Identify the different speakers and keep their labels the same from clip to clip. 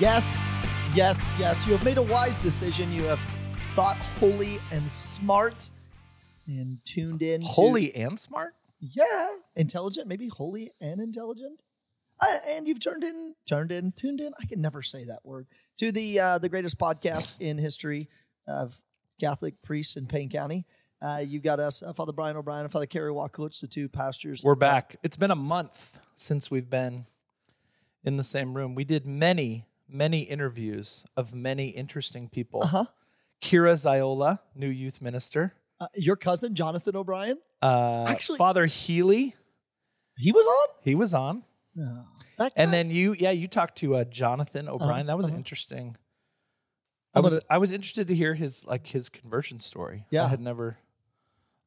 Speaker 1: Yes, yes, yes. You have made a wise decision. You have thought holy and smart and tuned in. to-
Speaker 2: Holy and smart?
Speaker 1: yeah. Intelligent, maybe holy and intelligent. Uh, and you've turned in, turned in, tuned in. I can never say that word to the uh, the greatest podcast in history of Catholic priests in Payne County. Uh, you've got us, uh, Father Brian O'Brien and Father Kerry Wakulich, the two pastors.
Speaker 2: We're back. It's been a month since we've been in the same room. We did many, many interviews of many interesting people. Uh-huh. Kira Ziola, new youth minister.
Speaker 1: Uh, your cousin Jonathan O'Brien.
Speaker 2: Uh,
Speaker 1: Actually-
Speaker 2: Father Healy,
Speaker 1: He was on.
Speaker 2: he was on.
Speaker 1: That
Speaker 2: And
Speaker 1: guy?
Speaker 2: then you, yeah, you talked to uh, Jonathan O'Brien. that was interesting. I
Speaker 1: I'm
Speaker 2: uh-huh. was
Speaker 1: gonna-
Speaker 2: I was interested to hear his like his conversion story.
Speaker 1: Yeah.
Speaker 2: I had never,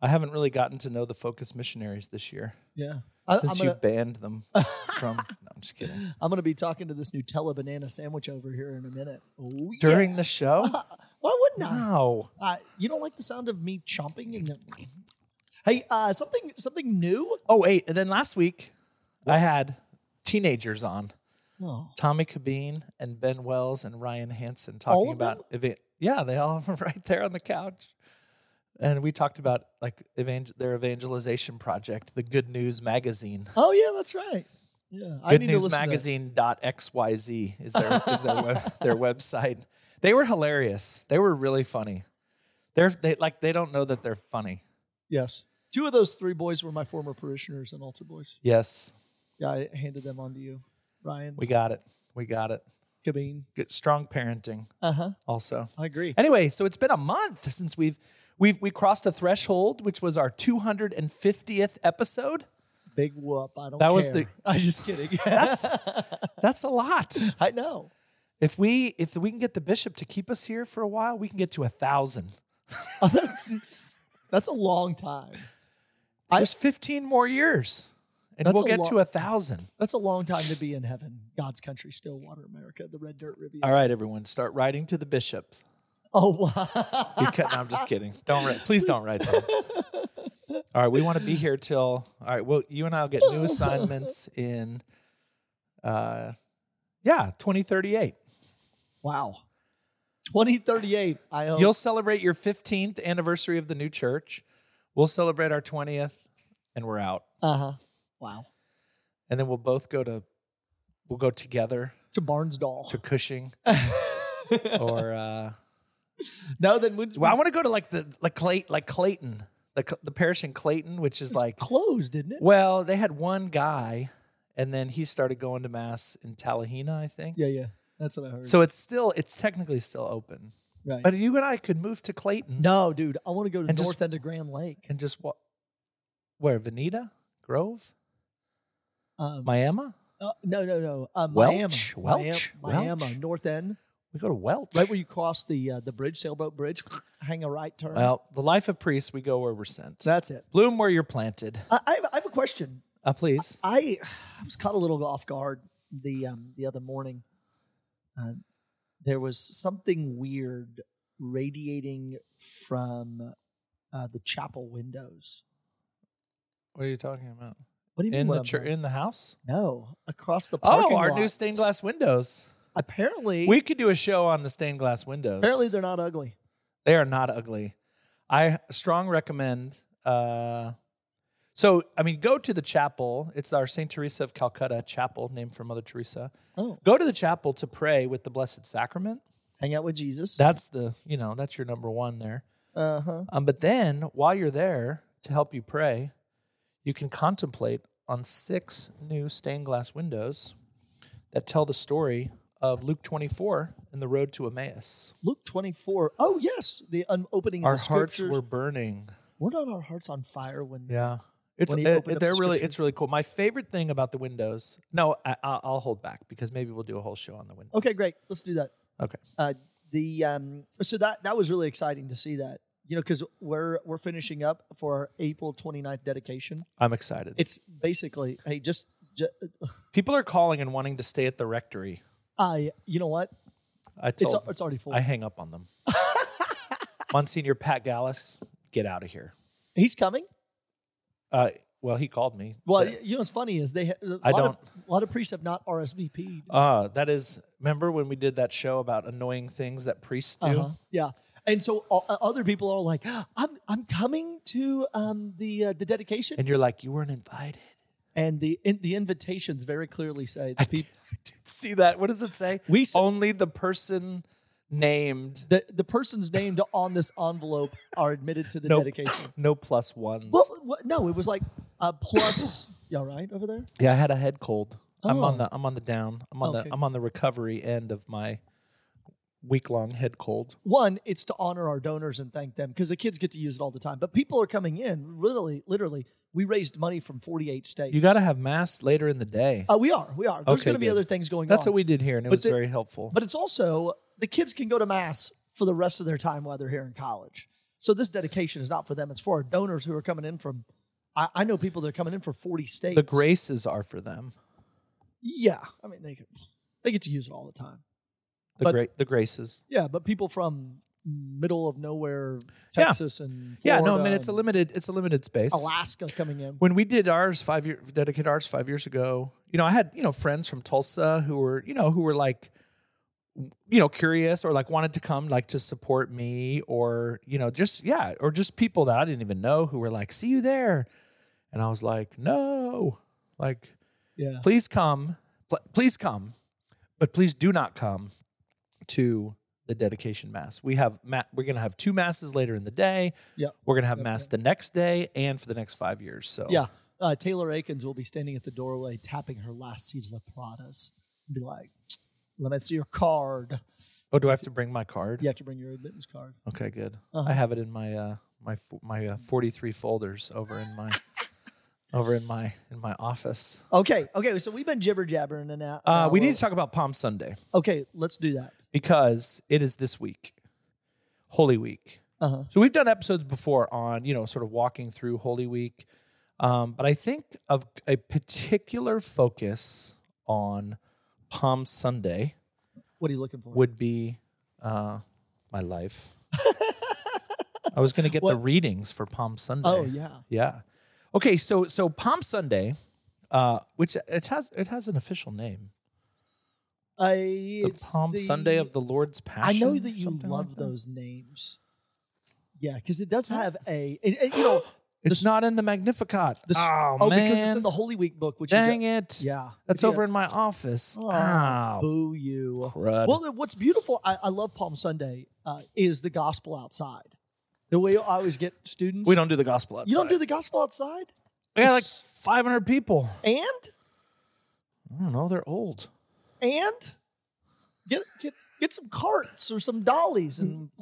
Speaker 2: I haven't really gotten to know the Focus missionaries this year
Speaker 1: yeah. I, I'm
Speaker 2: since
Speaker 1: gonna,
Speaker 2: you banned them from. No, I'm just kidding.
Speaker 1: I'm going to be talking to this Nutella banana sandwich over here in a minute. Oh, yeah.
Speaker 2: During the show,
Speaker 1: Why wouldn't I?
Speaker 2: no,
Speaker 1: Uh, you don't like the sound of me chomping? And hey, uh, something something new?
Speaker 2: Oh wait, and then last week I had teenagers on
Speaker 1: Oh.
Speaker 2: Tommy Cabine and Ben Wells and Ryan Hansen talking
Speaker 1: All of
Speaker 2: about eva- yeah, they all were right there on the couch. And we talked about like evangel- their evangelization project, the Good News Magazine.
Speaker 1: Oh yeah, that's right. Yeah, I
Speaker 2: Good
Speaker 1: need to
Speaker 2: News
Speaker 1: listen to that.
Speaker 2: Magazine dot xyz is their is their web, their website. They were hilarious. They were really funny. They're they like they don't know that they're funny.
Speaker 1: Yes, two of those three boys were my former parishioners and altar boys.
Speaker 2: Yes,
Speaker 1: Yeah, I handed them on to you, Ryan
Speaker 2: we got it. We got it.
Speaker 1: Cabine.
Speaker 2: Good strong parenting.
Speaker 1: Uh huh.
Speaker 2: Also,
Speaker 1: I agree.
Speaker 2: Anyway, so it's been a month since we've we've we crossed a threshold, which was our 250th episode.
Speaker 1: Big whoop. I don't.
Speaker 2: That
Speaker 1: care.
Speaker 2: was the-
Speaker 1: I'm just kidding.
Speaker 2: That's that's a lot.
Speaker 1: I know.
Speaker 2: If we if we can get the bishop to keep us here for a while, we can get to a thousand.
Speaker 1: Oh, that's, that's a long time. I-
Speaker 2: There's 15 more years, and
Speaker 1: That's
Speaker 2: we'll
Speaker 1: a
Speaker 2: get
Speaker 1: lot.
Speaker 2: to a thousand.
Speaker 1: That's a long time to be in heaven. God's country, Stillwater, America, the Red Dirt Riviera.
Speaker 2: All right, everyone, start writing to the bishops.
Speaker 1: Oh, wow.
Speaker 2: Because, no, I'm just kidding. Don't write. Please don't write. to them. All right, we want to be here till. All right, well, you and I'll get new assignments in. Uh, yeah, 2038.
Speaker 1: Wow. 2038, I hope.
Speaker 2: You'll celebrate your 15th anniversary of the new church. We'll celebrate our 20th, and we're out.
Speaker 1: uh-huh. Wow.
Speaker 2: And then we'll both go to. We'll go together
Speaker 1: To Barnsdall.
Speaker 2: to Cushing, or uh,
Speaker 1: no, then we'd,
Speaker 2: well, I want to go to like the like Clay like Clayton, the Cl- the parish in Clayton, which is like
Speaker 1: closed, didn't it?
Speaker 2: Well, they had one guy, and then he started going to mass in Tallahena, I think.
Speaker 1: Yeah, yeah. That's what I heard.
Speaker 2: So it's still, it's technically still open.
Speaker 1: right.
Speaker 2: But you and I could move to Clayton
Speaker 1: no, dude, I want to go to
Speaker 2: And
Speaker 1: north
Speaker 2: just-
Speaker 1: end of Grand Lake.
Speaker 2: and just what? Where? Veneta Grove,
Speaker 1: Um,
Speaker 2: Miami.
Speaker 1: uh, no, no, no. Uh,
Speaker 2: Welch,
Speaker 1: Miami.
Speaker 2: Welch,
Speaker 1: Miami,
Speaker 2: Welch.
Speaker 1: Miami, north end,
Speaker 2: We go to Welch.
Speaker 1: right where you cross the uh, the bridge, sailboat bridge, hang a right turn.
Speaker 2: well, the life of priests, we go where we're sent.
Speaker 1: That's it.
Speaker 2: Bloom where you're planted.
Speaker 1: I, I, have, I have a question.
Speaker 2: Uh, please.
Speaker 1: I I was caught a little off guard the um, the other morning. Uh, there was something weird radiating from uh, the chapel windows.
Speaker 2: What are you talking about?
Speaker 1: What do you mean?
Speaker 2: In the
Speaker 1: what
Speaker 2: chur-
Speaker 1: I'm-
Speaker 2: in the house.
Speaker 1: no, across the parking
Speaker 2: Oh, our
Speaker 1: lot.
Speaker 2: new stained glass windows.
Speaker 1: Apparently,
Speaker 2: We could do a show on the stained glass windows.
Speaker 1: apparently they're not ugly.
Speaker 2: They are not ugly. I strong recommend. Uh, so, I mean, go to the chapel. It's our St. Teresa of Calcutta chapel, named for Mother Teresa.
Speaker 1: Oh,
Speaker 2: Go to the chapel to pray with the Blessed Sacrament.
Speaker 1: hang out with Jesus.
Speaker 2: That's the, you know, that's your number one there.
Speaker 1: Uh huh.
Speaker 2: Um, but then while you're there to help you pray, you can contemplate on six new stained glass windows that tell the story of Luke 24 and the road to Emmaus.
Speaker 1: Luke twenty four. Oh yes, the un- opening.
Speaker 2: Our
Speaker 1: of the
Speaker 2: hearts
Speaker 1: scriptures.
Speaker 2: were burning.
Speaker 1: Were not our hearts on fire when?
Speaker 2: Yeah. It's
Speaker 1: When he
Speaker 2: uh,
Speaker 1: opened up
Speaker 2: they're
Speaker 1: the
Speaker 2: really
Speaker 1: scripture.
Speaker 2: it's really cool. My favorite thing about the windows. No, I, I- I'll hold back because maybe we'll do a whole show on the window.
Speaker 1: Okay, great. Let's do that.
Speaker 2: Okay.
Speaker 1: uh, the um, so that that was really exciting to see that you know because we're we're finishing up for our April 29th dedication.
Speaker 2: I'm excited.
Speaker 1: It's basically hey just, ju-
Speaker 2: People are calling and wanting to stay at the rectory.
Speaker 1: I you know what
Speaker 2: I told
Speaker 1: it's it's already full.
Speaker 2: I hang up on them. Monsignor Pat Gallus, get out of here.
Speaker 1: He's coming.
Speaker 2: Uh, Well, he called me.
Speaker 1: Well, you know what's funny is they ha- a
Speaker 2: I
Speaker 1: lot of, a lot of priests have not RSVP'd.
Speaker 2: Uh, that is, remember when we did that show about annoying things that priests do?
Speaker 1: Uh-huh. Yeah. And so o- o- other people are like, "Ah, I'm I'm coming to um, the uh, the dedication
Speaker 2: And you're like, you weren't invited.
Speaker 1: and the in, the invitations very clearly say the people
Speaker 2: I did see that. What does it say?
Speaker 1: We s-
Speaker 2: Only the person named.
Speaker 1: the, the persons named on this envelope are admitted to the
Speaker 2: No,
Speaker 1: dedication.
Speaker 2: no plus ones.
Speaker 1: Well, what, no, it was like a plus. Y'all right over there?
Speaker 2: yeah, I had a head cold. I'm
Speaker 1: Oh.
Speaker 2: on the I'm on the down. I'm on
Speaker 1: Okay.
Speaker 2: the I'm on the recovery end of my week long head cold.
Speaker 1: One, it's to honor our donors and thank them because the kids get to use it all the time. But people are coming in. Literally, literally, we raised money from 48 states.
Speaker 2: You got to have mass later in the day.
Speaker 1: Uh, we are. We are. There's
Speaker 2: Okay,
Speaker 1: going to be
Speaker 2: good.
Speaker 1: other things going
Speaker 2: That's
Speaker 1: on.
Speaker 2: what we did here, and it was
Speaker 1: the-
Speaker 2: very helpful.
Speaker 1: But it's also the kids can go to mass for the rest of their time while they're here in college. So this dedication is not for them. It's for our donors who are coming in from. I, I know people that are coming in for 40 states.
Speaker 2: the graces are for them.
Speaker 1: Yeah, I mean they could, they get to use it all the time.
Speaker 2: The
Speaker 1: But-
Speaker 2: gra- the graces.
Speaker 1: Yeah, but people from middle of nowhere, Texas and
Speaker 2: yeah, no, I
Speaker 1: Florida
Speaker 2: mean it's a
Speaker 1: and
Speaker 2: limited it's a limited space.
Speaker 1: Oh, Alaska coming in.
Speaker 2: when we did ours five year dedicated ours five years ago, you know, I had you know friends from Tulsa who were you know who were like, you know, curious or like wanted to come like to support me or you know just yeah or just people that I didn't even know who were like, see you there, and I was like, no, like
Speaker 1: Yeah,
Speaker 2: please come, Pl- please come, but please do not come to the dedication mass. We have ma- we're going to have two masses later in the day.
Speaker 1: Yep.
Speaker 2: We're going to have mass the next day and for the next 5 years. So
Speaker 1: yeah. Uh, Taylor Akins will be standing at the doorway, tapping her last seat as a Pradas, and be like, "Let me see your card.
Speaker 2: Oh, do I have to bring my card?
Speaker 1: You have to bring your admittance card."
Speaker 2: Okay, good. I have it in my uh my f- my uh, 43 folders over in my over in my in my office.
Speaker 1: Okay, okay. So we've been jibber jabbering and that.
Speaker 2: Uh, we need to talk about Palm Sunday
Speaker 1: Okay, let's do that.
Speaker 2: because it is this week. Holy Week.
Speaker 1: Uh-huh.
Speaker 2: So we've done episodes before on, you know, sort of walking through Holy Week. Um, but I think of a particular focus on Palm Sunday
Speaker 1: What are you looking for?
Speaker 2: would be uh, my life. I was going to get the readings for Palm Sunday.
Speaker 1: oh yeah,
Speaker 2: Yeah. Okay, so so Palm Sunday, uh, which it has it has an official name.
Speaker 1: I
Speaker 2: The
Speaker 1: it's
Speaker 2: Palm
Speaker 1: the-
Speaker 2: Sunday of the Lord's Passion.
Speaker 1: I know that you
Speaker 2: something like
Speaker 1: love those names. Yeah, because it does have a and- and, you know
Speaker 2: It's not in the Magnificat.
Speaker 1: the s-
Speaker 2: oh,
Speaker 1: oh
Speaker 2: man.
Speaker 1: because it's in the Holy Week book, which
Speaker 2: Dang
Speaker 1: you
Speaker 2: it.
Speaker 1: Yeah.
Speaker 2: That's
Speaker 1: Yeah.
Speaker 2: over in my office.
Speaker 1: go,
Speaker 2: Ow.
Speaker 1: boo you.
Speaker 2: crud.
Speaker 1: Well, the- what's beautiful, I, I love Palm Sunday, uh, is the gospel outside. The way I always get students.
Speaker 2: We don't do the gospel outside.
Speaker 1: you don't do the gospel outside,
Speaker 2: We got like 500 people.
Speaker 1: and
Speaker 2: I don't know. They're old.
Speaker 1: and get get get some carts or some dollies and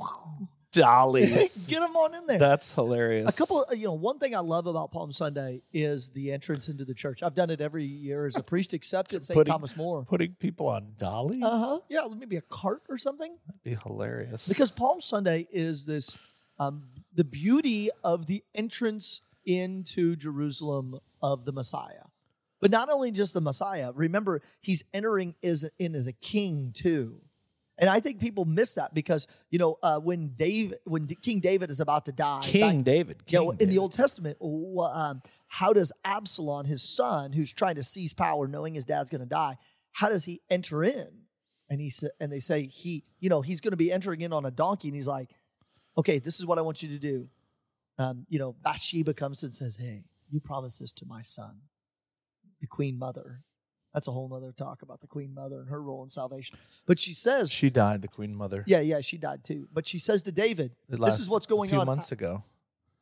Speaker 2: Dollies.
Speaker 1: get them on in there.
Speaker 2: Mm, That's hilarious.
Speaker 1: a couple of, you know one thing i love about palm sunday is the entrance into the church i've done it every year as a priest except at st
Speaker 2: putting-
Speaker 1: thomas more
Speaker 2: putting people on dollies.
Speaker 1: uh-huh yeah maybe a cart or something
Speaker 2: That'd be hilarious.
Speaker 1: because palm sunday is this um, the beauty of the entrance into jerusalem of the messiah but not only just the messiah remember he's entering is in as a king too and I think people miss that because you know uh, when David, when D- King David is about to die, back-
Speaker 2: King David.
Speaker 1: you
Speaker 2: King
Speaker 1: know, in
Speaker 2: David.
Speaker 1: the Old Testament, wh- um, how does Absalom, his son, who's trying to seize power, knowing his dad's going to die, how does he enter in? And he sa- and they say he, you know, he's going to be entering in on a donkey, and he's like, "Okay, this is what I want you to do." Um, you know, Bathsheba comes and says, "Hey, you promised this to my son, the Queen Mother." That's a whole nother talk about the Queen Mother and her role in salvation. But she says,
Speaker 2: She died, the Queen Mother.
Speaker 1: "Yeah, yeah, she died too." But she says to David,
Speaker 2: It
Speaker 1: "This
Speaker 2: lasted
Speaker 1: is what's going
Speaker 2: a few
Speaker 1: on."
Speaker 2: months ago.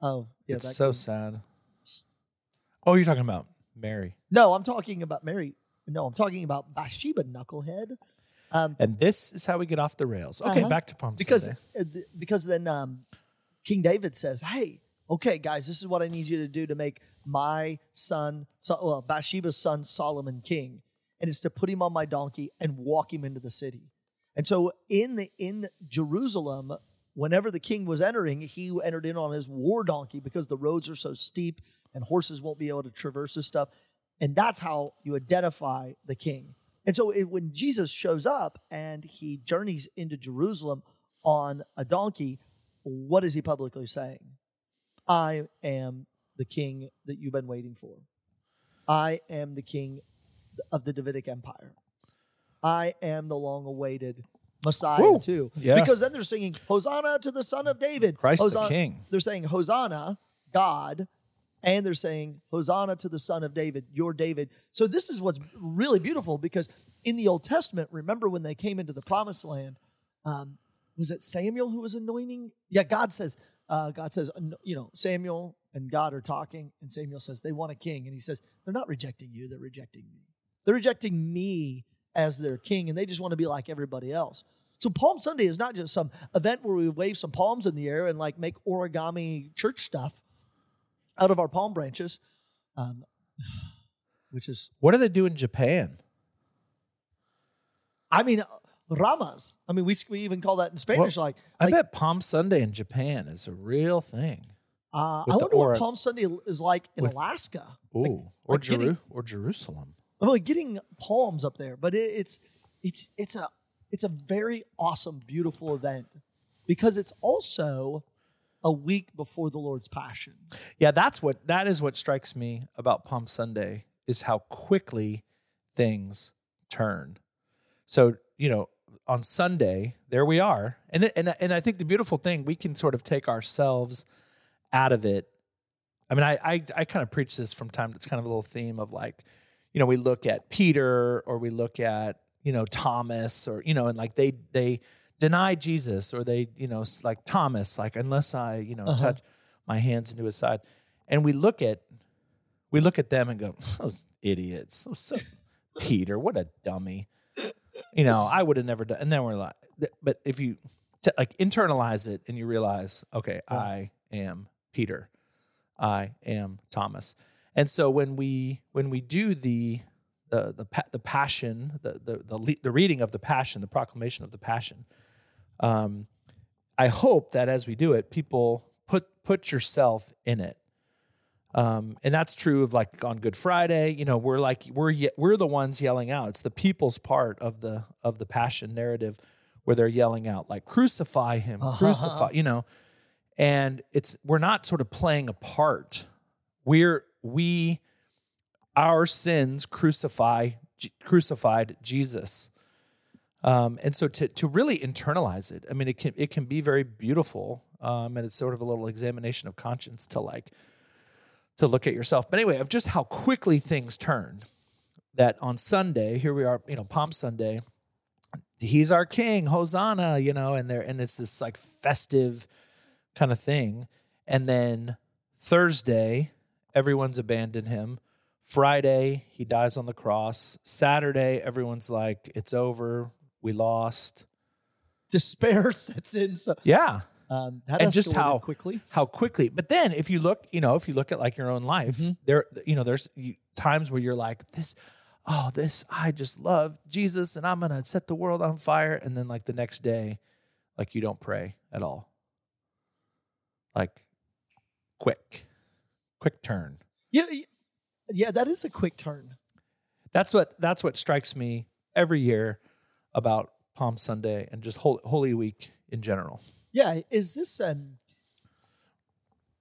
Speaker 1: Oh, yeah,
Speaker 2: it's
Speaker 1: that
Speaker 2: so sad. Oh, you're talking about Mary.
Speaker 1: No, I'm talking about Mary. No, I'm talking about Bathsheba Knucklehead.
Speaker 2: And this is how we get off the rails. Okay,
Speaker 1: Um, Uh-huh.
Speaker 2: back to Palm
Speaker 1: Because
Speaker 2: Sunday.
Speaker 1: uh, th- because then um, King David says, "Hey, okay, guys, this is what I need you to do to make my son, so, well, Bathsheba's son Solomon king, and it's to put him on my donkey and walk him into the city." And so in the in Jerusalem, whenever the king was entering, he entered in on his war donkey because the roads are so steep and horses won't be able to traverse this stuff. And that's how you identify the king. And so it, when Jesus shows up and he journeys into Jerusalem on a donkey, what is he publicly saying? I am the king that you've been waiting for. I am the king of the Davidic Empire. I am the long awaited Messiah,
Speaker 2: Woo.
Speaker 1: too.
Speaker 2: Yeah.
Speaker 1: Because then they're singing, Hosanna to the Son of David.
Speaker 2: Christ the
Speaker 1: Hosanna.
Speaker 2: King.
Speaker 1: They're saying, Hosanna, God. And they're saying, Hosanna to the Son of David, your David. So this is what's really beautiful because in the Old Testament, remember when they came into the promised land, um, was it Samuel who was anointing? Yeah, God says, uh, God says, an- you know, Samuel and God are talking, and Samuel says they want a king, and he says they're not rejecting you, they're rejecting me. They're rejecting me as their king, and they just want to be like everybody else. So Palm Sunday is not just some event where we wave some palms in the air and like make origami church stuff out of our palm branches, um, which is
Speaker 2: What do they do in Japan?
Speaker 1: I mean, uh, ramas. I mean, we, we even call that in Spanish, like,
Speaker 2: I
Speaker 1: like,
Speaker 2: bet Palm Sunday in Japan is a real thing.
Speaker 1: uh, I
Speaker 2: with the
Speaker 1: wonder
Speaker 2: aura-
Speaker 1: what Palm Sunday is like in Alaska.
Speaker 2: Ooh, or
Speaker 1: like
Speaker 2: Jeru-
Speaker 1: getting-
Speaker 2: or Jerusalem.
Speaker 1: I'm like getting palms up there, but it, it's it's it's a it's a very awesome, beautiful event because it's also a week before the Lord's Passion.
Speaker 2: Yeah, that's what that is what strikes me about Palm Sunday is how quickly things turn. So, you know, on Sunday, there we are. And th- and and I think the beautiful thing we can sort of take ourselves out of it. I mean, I I, I kind of preach this from time. It's kind of a little theme of like, you know, we look at Peter or we look at you know Thomas or you know, and like they they deny Jesus or they you know s- like Thomas like unless I you know touch my hands into his side, and we look at we look at them and go those idiots, those so Peter, what a dummy. You know, I would have never done. And then we're like, th- but if you t- like internalize it and you realize, okay, I am Peter. I am Thomas. And so when we when we do the the the, pa- the passion the the the, le- the reading of the passion the proclamation of the passion, um, I hope that as we do it, people put put yourself in it. Um, and that's true of like on Good Friday, you know, we're like we're ye- we're the ones yelling out. It's the people's part of the of the passion narrative where they're yelling out like crucify him, crucify, you know. And it's we're not sort of playing a part. We're we our sins crucify J- crucified Jesus. Um, and so to to really internalize it, I mean, it can it can be very beautiful, um, and it's sort of a little examination of conscience to like to look at yourself. But anyway, of just how quickly things turned. That on Sunday, here we are, you know, Palm Sunday. He's our king, Hosanna, you know, and there, and it's this like festive kind of thing. And then Thursday, everyone's abandoned him. Friday, he dies on the cross. Saturday, everyone's like, it's over. We lost.
Speaker 1: Despair sets in. So
Speaker 2: Yeah.
Speaker 1: um, that
Speaker 2: And just
Speaker 1: escalated
Speaker 2: how-
Speaker 1: quickly.
Speaker 2: how quickly. But then if you look, you know, if you look at like your own life, there, you know, there's you, times where you're like, this, oh, this, I just love Jesus and I'm going to set the world on fire. And then like the next day, like you don't pray at all. Like quick, quick turn.
Speaker 1: Yeah, y- yeah, that is a quick turn.
Speaker 2: That's what, that's what strikes me every year about Palm Sunday and just Hol- Holy Week in general.
Speaker 1: Yeah, is this? Um,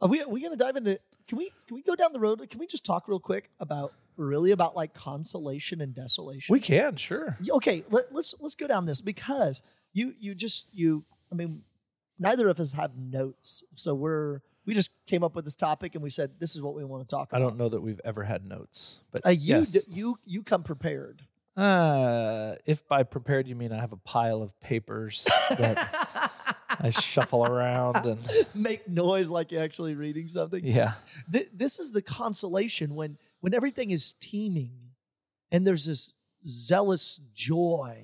Speaker 1: are we are we gonna dive into? Can we can we go down the road? Can we just talk real quick about really about like consolation and desolation?
Speaker 2: We can, sure.
Speaker 1: Yeah, okay let, let's let's go down this because you you just you i mean neither of us have notes so we're we just came up with this topic and we said this is what we want to talk
Speaker 2: I
Speaker 1: about
Speaker 2: don't know that we've ever had notes, but
Speaker 1: uh, you
Speaker 2: yes.
Speaker 1: d- you you come prepared
Speaker 2: Uh, if by prepared you mean I have a pile of papers that I shuffle around and
Speaker 1: make noise like you're actually reading something
Speaker 2: yeah,
Speaker 1: Th- this is the consolation when when everything is teeming and there's this zealous joy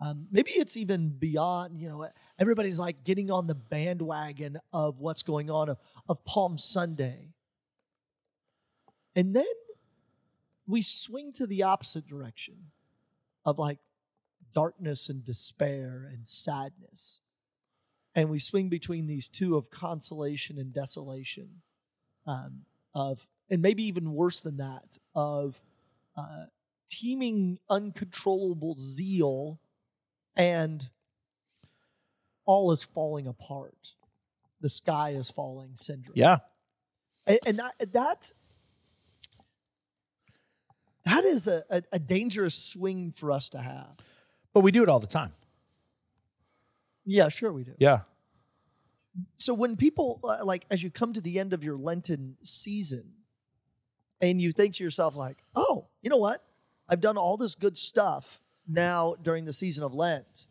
Speaker 1: um, maybe it's even beyond you know everybody's like getting on the bandwagon of what's going on of, of palm sunday and then we swing to the opposite direction of like darkness and despair and sadness and we swing between these two of consolation and desolation um, of, and maybe even worse than that, of uh, teeming uncontrollable zeal and all is falling apart. The sky is falling syndrome.
Speaker 2: yeah,
Speaker 1: and, and that that that is a, a, a dangerous swing for us to have.
Speaker 2: But we do it all the time.
Speaker 1: Yeah, sure we do.
Speaker 2: Yeah.
Speaker 1: So when people uh, like, as you come to the end of your Lenten season, and you think to yourself like, "Oh, you know what? I've done all this good stuff now during the season of Lent.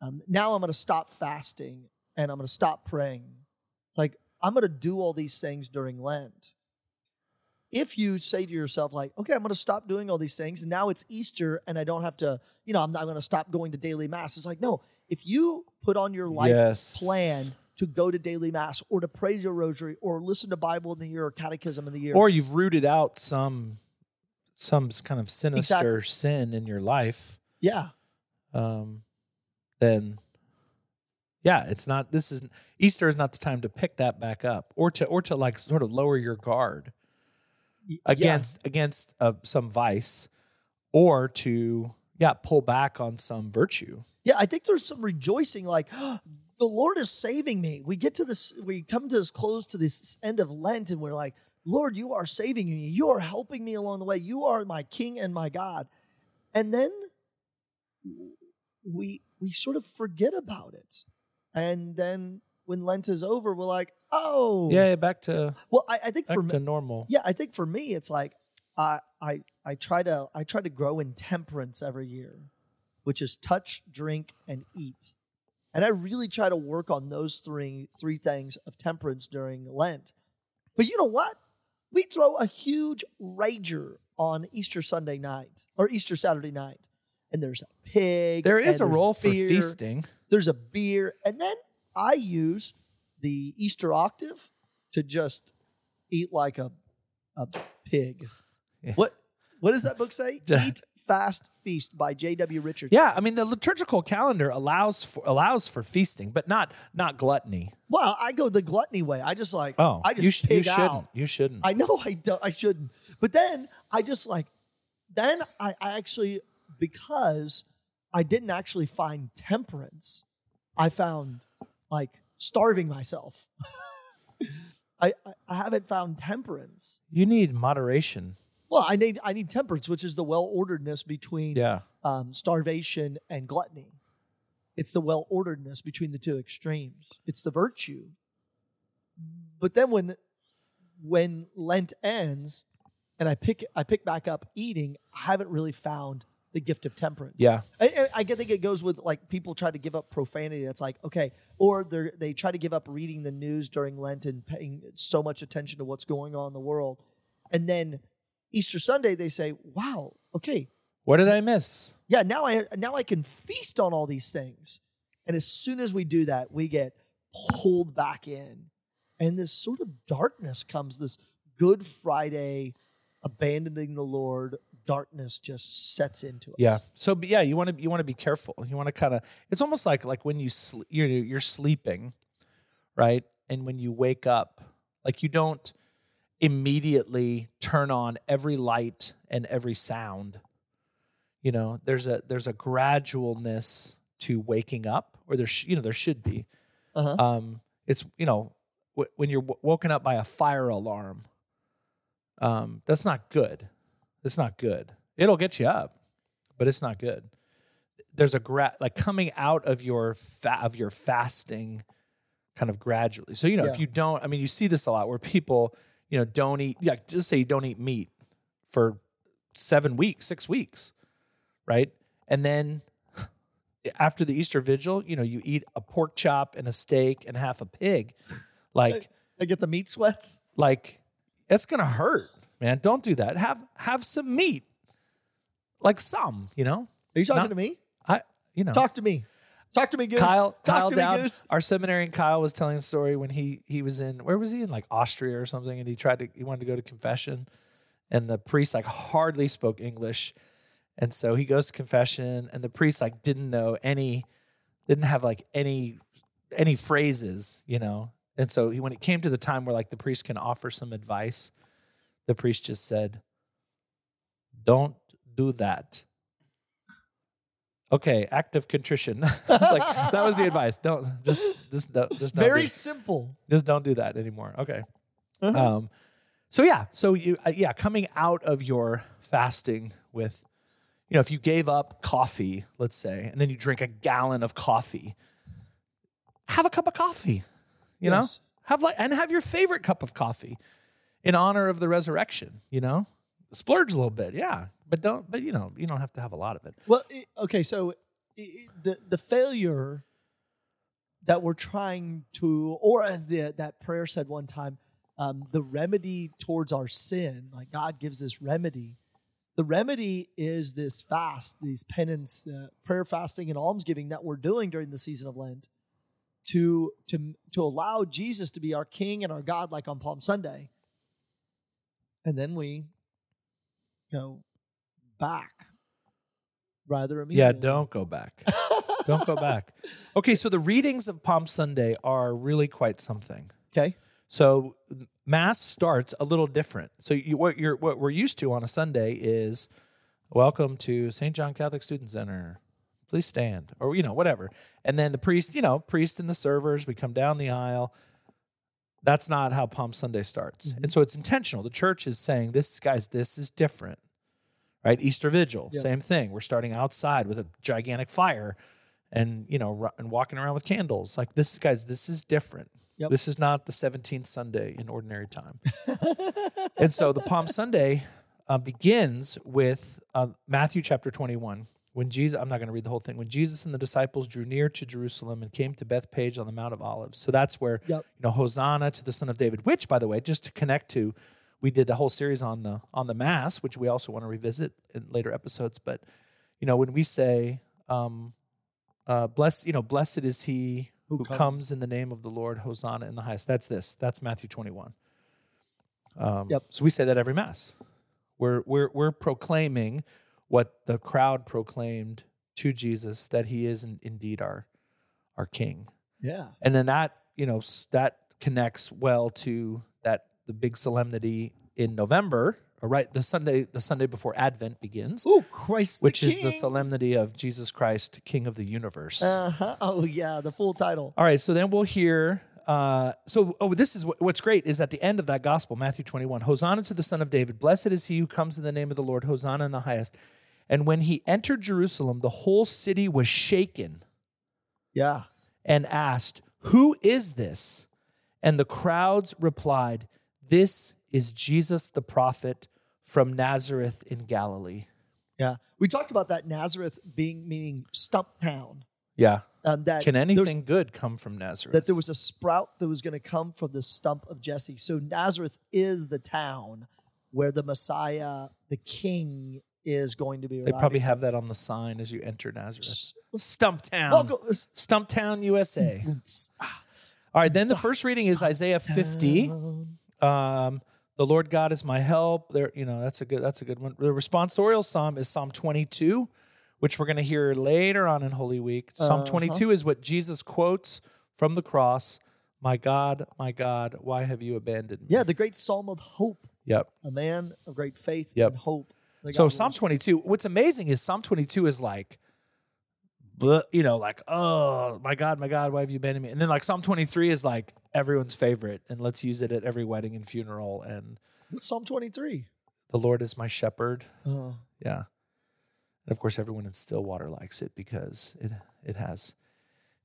Speaker 1: Um, now I'm going to stop fasting and I'm going to stop praying. It's like I'm going to do all these things during Lent." If you say to yourself like, "Okay, I'm going to stop doing all these things, and now it's Easter, and I don't have to, you know, I'm not going to stop going to daily mass." It's like, no, if you put on your life
Speaker 2: Yes.
Speaker 1: plan to go to daily mass or to pray your rosary or listen to Bible in the year or catechism in the year.
Speaker 2: Or you've rooted out some some kind of sinister
Speaker 1: Exactly.
Speaker 2: sin in your life.
Speaker 1: yeah.
Speaker 2: Um, then yeah, it's not this is Easter is not the time to pick that back up or to or to like sort of lower your guard.
Speaker 1: Y- yeah.
Speaker 2: against against uh, some vice or to yeah pull back on some virtue
Speaker 1: Yeah, I think there's some rejoicing like the Lord is saving me. We get to this we come to this close to this end of Lent and we're like, "Lord, you are saving me. You are helping me along the way. You are my king and my God." And then we we sort of forget about it. And then when Lent is over, we're like, "Oh."
Speaker 2: yeah back to
Speaker 1: Well, I, I think
Speaker 2: back
Speaker 1: for me,
Speaker 2: to normal
Speaker 1: yeah i think for me it's like i i i try to i try to grow in temperance every year which is touch drink and eat and i really try to work on those three three things of temperance during lent but you know what we throw a huge rager on easter sunday night or easter saturday night and there's a pig
Speaker 2: there is
Speaker 1: and
Speaker 2: a
Speaker 1: there's
Speaker 2: role for
Speaker 1: beer,
Speaker 2: feasting
Speaker 1: there's a beer and then i use the easter octave to just eat like a a pig what what does that book say
Speaker 2: Yeah.
Speaker 1: eat fast feast by jw richards
Speaker 2: yeah i mean the liturgical calendar allows for allows for feasting but not not gluttony
Speaker 1: well i go the gluttony way i just like
Speaker 2: oh
Speaker 1: i just
Speaker 2: you, sh- you
Speaker 1: pig
Speaker 2: shouldn't
Speaker 1: out
Speaker 2: you shouldn't
Speaker 1: i know i don't i shouldn't but then i just like then i, I actually because i didn't actually find temperance i found like starving myself I, I i haven't found temperance
Speaker 2: you need moderation
Speaker 1: well i need i need temperance which is the well-orderedness between
Speaker 2: yeah
Speaker 1: um, starvation and gluttony it's the well-orderedness between the two extremes it's the virtue but then when when lent ends and i pick i pick back up eating i haven't really found the gift of temperance
Speaker 2: Yeah.
Speaker 1: I- I, I think it goes with like people try to give up profanity. That's like okay, or they they try to give up reading the news during Lent and paying so much attention to what's going on in the world, and then Easter Sunday they say, "Wow, okay,
Speaker 2: what did i miss
Speaker 1: yeah, now I now I can feast on all these things." And as soon as we do that, we get pulled back in, and this sort of darkness comes. This Good Friday, abandoning the Lord, darkness just sets into us.
Speaker 2: Yeah. So but yeah, you want to you want to be careful. You want to kind of. It's almost like like when you sleep, you're you're sleeping, right? And when you wake up, like you don't immediately turn on every light and every sound. You know, there's a there's a gradualness to waking up, or there sh- you know there should be.
Speaker 1: Uh-huh.
Speaker 2: Um, it's you know w- when you're w- woken up by a fire alarm. Um, that's not good. It's not good. It'll get you up but it's not good. There's a gra- like coming out of your fa- of your fasting kind of gradually. So you know, if
Speaker 1: Yeah.
Speaker 2: you don't, I mean, you see this a lot where people, you know, don't eat. Yeah, just say you don't eat meat for seven weeks, six weeks, right? And then after the Easter Vigil, you know, you eat a pork chop and a steak and half a pig, like
Speaker 1: I get the meat sweats.
Speaker 2: like it's gonna hurt, man. Don't do that. Have have some meat, like some, you know.
Speaker 1: Are you talking
Speaker 2: Not-
Speaker 1: to me?
Speaker 2: I you know
Speaker 1: Talk to me. Talk to me, Goose.
Speaker 2: Kyle
Speaker 1: Talk
Speaker 2: Kyle
Speaker 1: to
Speaker 2: Dowd,
Speaker 1: me, Goose.
Speaker 2: our seminarian Kyle was telling a story when he he was in where was he in like Austria or something and he tried to he wanted to go to confession and the priest like hardly spoke English and so he goes to confession and the priest like didn't know any didn't have like any any phrases you know and so he, when it came to the time where like the priest can offer some advice the priest just said don't do that okay act of contrition like that was the advice don't just just don't just don't
Speaker 1: Very
Speaker 2: do,
Speaker 1: simple.
Speaker 2: just don't do that anymore okay Um, so yeah, so you, uh, yeah, coming out of your fasting with, you know, if you gave up coffee, let's say, and then you drink a gallon of coffee, have a cup of coffee, you
Speaker 1: Yes.
Speaker 2: know, have like and have your favorite cup of coffee in honor of the resurrection. You know, splurge a little bit, yeah, but don't, but you know, you don't have to have a lot of it.
Speaker 1: Well, it, okay, so it, it, the the failure that we're trying to, or as the that prayer said one time, um, the remedy towards our sin, like God gives this remedy. The remedy is this fast, these penance, uh, prayer, fasting, and almsgiving that we're doing during the season of Lent, to to to allow Jesus to be our King and our God, like on Palm Sunday, and then we go back rather
Speaker 2: Yeah,
Speaker 1: immediately.
Speaker 2: don't go back. don't go back. Okay, so the readings of Palm Sunday are really quite something.
Speaker 1: Okay.
Speaker 2: So mass starts a little different. So you, what you're what we're used to on a Sunday is welcome to St. John Catholic Student Center. Please stand or you know whatever. And then the priest, you know, priest and the servers, we come down the aisle. That's not how Palm Sunday starts. And so it's intentional. The church is saying this guys this is different. Right? Easter Vigil,
Speaker 1: Yeah.
Speaker 2: same thing. We're starting outside with a gigantic fire and you know ru- and walking around with candles. Like this guys this is different.
Speaker 1: Yep.
Speaker 2: This is not the 17th Sunday in ordinary time. and so the Palm Sunday uh, begins with uh, Matthew chapter 21. When Jesus, I'm not going to read the whole thing. When Jesus and the disciples drew near to Jerusalem and came to Bethpage on the Mount of Olives. So that's where,
Speaker 1: Yep.
Speaker 2: you know, Hosanna to the Son of David, which, by the way, just to connect to, we did a whole series on the on the Mass, which we also want to revisit in later episodes. But, you know, when we say, um, uh, blessed, you know, blessed is he who,
Speaker 1: comes.
Speaker 2: comes in the name of the Lord, Hosanna in the highest. That's this. That's Matthew 21. Um,
Speaker 1: Yep.
Speaker 2: So we say that every mass. We're we're we're proclaiming what the crowd proclaimed to Jesus that He is in- indeed our our King,
Speaker 1: Yeah.
Speaker 2: and then that you know s- that connects well to that the big solemnity in November, or right the Sunday the Sunday before Advent begins,
Speaker 1: Oh, Christ,
Speaker 2: which is the solemnity of Jesus Christ, King of the universe.
Speaker 1: uh Oh, yeah, the full title.
Speaker 2: All right, so then we'll hear. Uh, so, oh, this is what, what's great is at the end of that gospel, Matthew 21, Hosanna to the Son of David. Blessed is he who comes in the name of the Lord. Hosanna in the highest. And when he entered Jerusalem, the whole city was shaken
Speaker 1: Yeah.
Speaker 2: and asked, Who is this? And the crowds replied, This is Jesus the prophet from Nazareth in Galilee.
Speaker 1: Yeah. We talked about that Nazareth being meaning stump town.
Speaker 2: Yeah.
Speaker 1: Um, that
Speaker 2: Can
Speaker 1: there was-
Speaker 2: anything good come from Nazareth?
Speaker 1: that there was a sprout that was going to come from the stump of Jesse. So Nazareth is the town where the Messiah, the King, is going to be.
Speaker 2: they
Speaker 1: arriving.
Speaker 2: probably have that on the sign as you enter Nazareth. Stumptown.
Speaker 1: Welcome.
Speaker 2: Stumptown, USA.
Speaker 1: Mm-hmm.
Speaker 2: All right, then the first reading is Isaiah 50. Um, the Lord God is my help. There, you know, that's a good that's a good one. The responsorial psalm is Psalm 22, which we're going to hear later on in Holy Week. Psalm 22 is what Jesus quotes from the cross. My God, my God, why have you abandoned me?
Speaker 1: Yeah, the great Psalm of hope,
Speaker 2: Yep.
Speaker 1: a man of great faith
Speaker 2: Yep.
Speaker 1: and hope. Like
Speaker 2: So
Speaker 1: I
Speaker 2: Psalm
Speaker 1: was-
Speaker 2: 22, what's amazing is Psalm 22 is like, bleh, you know, like, oh, my God, my God, why have you abandoned me? And then like Psalm 23 is like everyone's favorite. And let's use it at every wedding and funeral. And
Speaker 1: What's Psalm twenty three.
Speaker 2: the Lord is my shepherd.
Speaker 1: Oh,
Speaker 2: Yeah. And of course, everyone in Stillwater likes it because it, it has,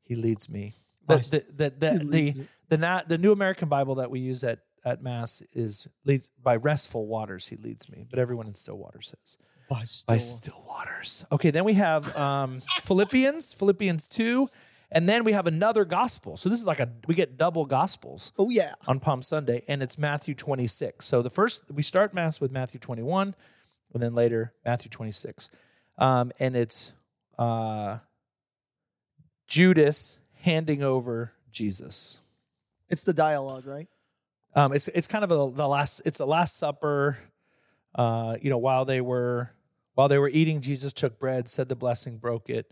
Speaker 2: he leads me. But
Speaker 1: Nice.
Speaker 2: the, the, the,
Speaker 1: He
Speaker 2: the,
Speaker 1: leads
Speaker 2: the,
Speaker 1: it.
Speaker 2: na- the New American Bible that we use at, at Mass is leads by restful waters, he leads me. But everyone in Stillwater says,
Speaker 1: by still.
Speaker 2: by still waters. Okay, then we have um, Philippians, Philippians 2, and then we have another gospel. So this is like a, we get double gospels
Speaker 1: oh yeah.
Speaker 2: on Palm Sunday, and it's Matthew 26. So the first, we start Mass with Matthew 21, and then later Matthew 26. Um, and it's uh, Judas handing over Jesus.
Speaker 1: It's the dialogue, right?
Speaker 2: Um, it's it's kind of a, the last. It's the Last Supper. Uh, you know, while they were while they were eating, Jesus took bread, said the blessing, broke it,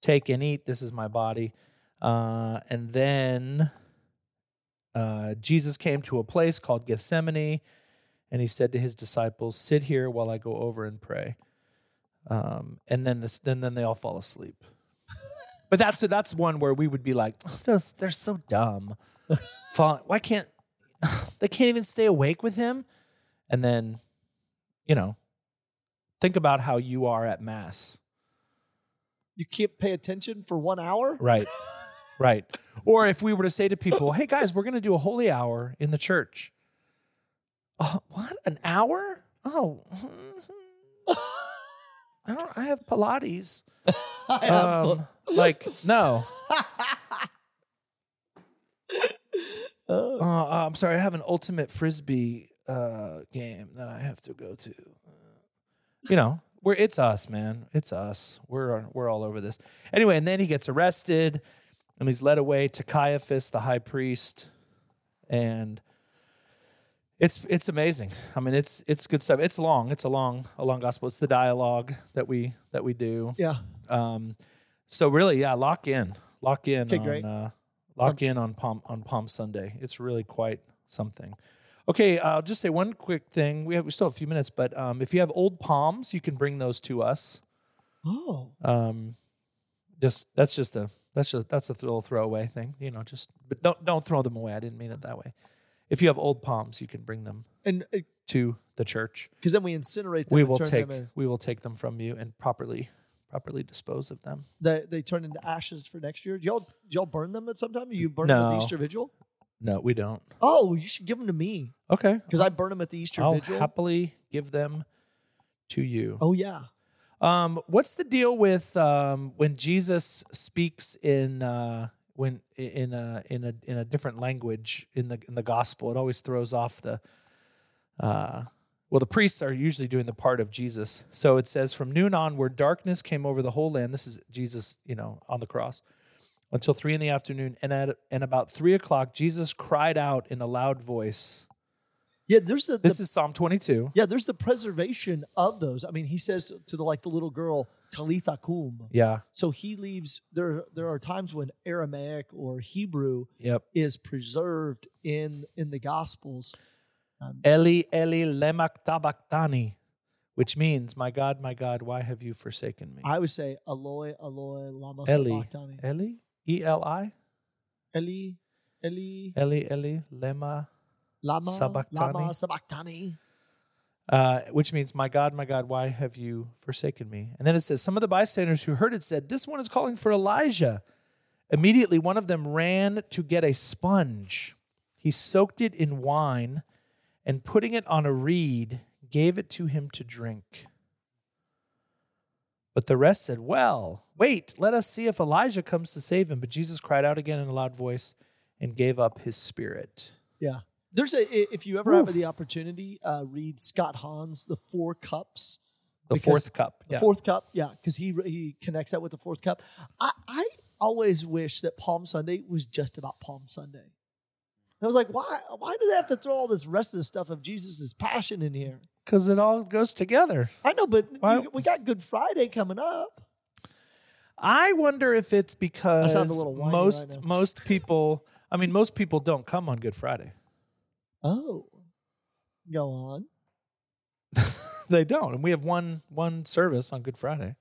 Speaker 2: take and eat. This is my body. Uh, and then uh, Jesus came to a place called Gethsemane, and he said to his disciples, "Sit here while I go over and pray." Um, and then this, then then they all fall asleep. But that's that's one where we would be like, "Ugh, those, they're so dumb. Fall, why can't they can't even stay awake with him. And then, you know, think about how you are at mass.
Speaker 1: You can't pay attention for one hour.
Speaker 2: Right. right. Or if we were to say to people, hey guys, we're going to do a holy hour in the church. Uh, what? An hour? Oh. I don't I have Pilates.
Speaker 1: I have-
Speaker 2: Um, like no.
Speaker 1: Oh.
Speaker 2: Uh, I'm sorry, I have an ultimate frisbee uh, game that I have to go to. You know, we're it's us, man. It's us. We're we're all over this. Anyway, and then he gets arrested, and he's led away to Caiaphas, the high priest, and it's it's amazing. I mean, it's it's good stuff. It's long. It's a long a long gospel. It's the dialogue that we that we do.
Speaker 1: yeah.
Speaker 2: Um, so really, yeah, lock in, lock in on
Speaker 1: great.
Speaker 2: Uh, lock in on Palm on Palm Sunday. It's really quite something. Okay, I'll just say one quick thing. We have we still have a few minutes, but um, if you have old palms, you can bring those to us.
Speaker 1: Oh.
Speaker 2: Um, just that's just a that's a that's a little throwaway thing, you know. Just but don't don't throw them away. I didn't mean it that way. If you have old palms, you can bring them
Speaker 1: And
Speaker 2: to the church.
Speaker 1: because then we incinerate them.
Speaker 2: we
Speaker 1: and
Speaker 2: will
Speaker 1: turn
Speaker 2: take
Speaker 1: Them in.
Speaker 2: we will take them from you and properly properly dispose of them.
Speaker 1: They, they turn into ashes for next year. Do y'all do y'all burn them at some time? You burn them at
Speaker 2: No.
Speaker 1: the Easter Vigil.
Speaker 2: No, we don't.
Speaker 1: Oh, you should give them to me
Speaker 2: Okay.
Speaker 1: because I burn them at the Easter
Speaker 2: I'll
Speaker 1: Vigil.
Speaker 2: happily give them to you.
Speaker 1: oh yeah.
Speaker 2: Um, what's the deal with um, when Jesus speaks in uh, when in a in a in a different language in the in the gospel? It always throws off the. Uh, well, the priests are usually doing the part of Jesus. So it says, from noon onward, darkness came over the whole land. This is Jesus, you know, on the cross until three in the afternoon. And at and about three o'clock, Jesus cried out in a loud voice.
Speaker 1: Yeah. There's the, the
Speaker 2: This is Psalm 22.
Speaker 1: yeah. There's the preservation of those. I mean, he says to, to the like the little girl Talitha Kum.
Speaker 2: Yeah.
Speaker 1: So he leaves. There there are times when Aramaic or Hebrew
Speaker 2: Yep.
Speaker 1: is preserved in in the Gospels.
Speaker 2: Eli, Eli, lema tabactani, which means, My God, my God, why have you forsaken me?
Speaker 1: I would say Eloi, Eloi, lama
Speaker 2: Eli,
Speaker 1: sabachthani.
Speaker 2: Eli, E L I,
Speaker 1: Eli, Eli,
Speaker 2: Eli, Eli, lema,
Speaker 1: lama,
Speaker 2: Sabachthani.
Speaker 1: lama sabachthani.
Speaker 2: uh, which means, My God, my God, why have you forsaken me? And then it says, Some of the bystanders who heard it said, This one is calling for Elijah. Immediately, one of them ran to get a sponge. He soaked it in wine and putting it on a reed, gave it to him to drink. But the rest said, Well, wait, let us see if Elijah comes to save him. But Jesus cried out again in a loud voice and gave up his spirit.
Speaker 1: Yeah. There's a i- if you ever have the opportunity, uh, read Scott Hahn's The Four Cups.
Speaker 2: The
Speaker 1: Because
Speaker 2: fourth cup.
Speaker 1: The
Speaker 2: yeah.
Speaker 1: fourth cup, yeah, because he he connects that with the fourth cup. I, I always wish that Palm Sunday was just about Palm Sunday. And I was like, why why do they have to throw all this rest of the stuff of Jesus' passion in here?
Speaker 2: Because it all goes together.
Speaker 1: I know, but
Speaker 2: Why-
Speaker 1: we- we got Good Friday coming up.
Speaker 2: I wonder if it's because
Speaker 1: sound a little whiny
Speaker 2: most
Speaker 1: right now.
Speaker 2: most people I mean most people don't come on Good Friday.
Speaker 1: Oh, go on.
Speaker 2: They don't. And we have one one service on Good Friday.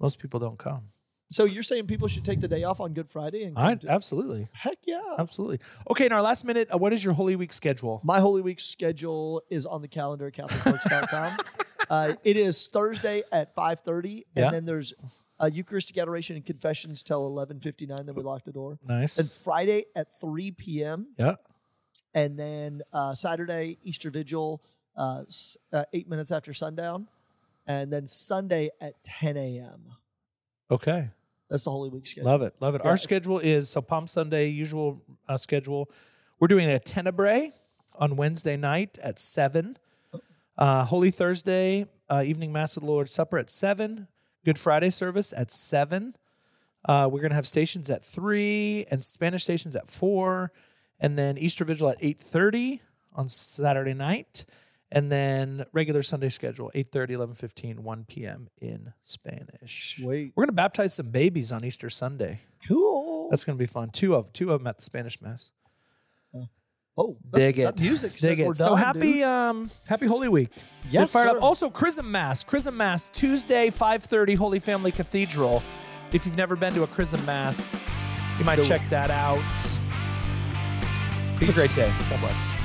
Speaker 2: Most people don't come.
Speaker 1: So you're saying people should take the day off on Good Friday and come
Speaker 2: I
Speaker 1: to-
Speaker 2: absolutely.
Speaker 1: heck yeah.
Speaker 2: Absolutely. Okay, in our last minute, uh, what is your Holy Week schedule?
Speaker 1: My Holy Week schedule is on the calendar at CatholicWorks.com. uh, it is Thursday at 5:30, and
Speaker 2: Yeah.
Speaker 1: then there's uh, Eucharistic adoration and confessions till 11:59. Then we lock the door. And
Speaker 2: Nice.
Speaker 1: Friday at 3 p.m.
Speaker 2: Yeah.
Speaker 1: and then uh, Saturday Easter Vigil, uh, s- uh, eight minutes after sundown, and then Sunday at 10 a.m.
Speaker 2: Okay.
Speaker 1: That's the Holy Week schedule.
Speaker 2: Love it. Love it.
Speaker 1: Yeah.
Speaker 2: Our schedule is so Palm Sunday, usual uh, schedule. We're doing a tenebrae on Wednesday night at 7. Uh, Holy Thursday, uh, evening Mass of the Lord's Supper at 7. Good Friday service at 7. Uh, we're going to have stations at 3 and Spanish stations at 4. And then Easter Vigil at 8.30 on Saturday night. And then regular Sunday schedule, 8.30, 11.15, 1 p.m. in Spanish.
Speaker 1: Sweet.
Speaker 2: We're going to baptize some babies on Easter Sunday.
Speaker 1: Cool.
Speaker 2: That's going to be fun. Two of two of them at the Spanish mass.
Speaker 1: oh, that's-
Speaker 2: Dig it.
Speaker 1: That music. says
Speaker 2: Dig it.
Speaker 1: We're
Speaker 2: so
Speaker 1: done,
Speaker 2: happy
Speaker 1: dude.
Speaker 2: um happy Holy Week.
Speaker 1: Yes,
Speaker 2: Get fired
Speaker 1: sir.
Speaker 2: up. Also Chrism Mass. Chrism Mass Tuesday 5:30 Holy Family Cathedral. If you've never been to a Chrism Mass, you might check that out. Have a great day. God bless.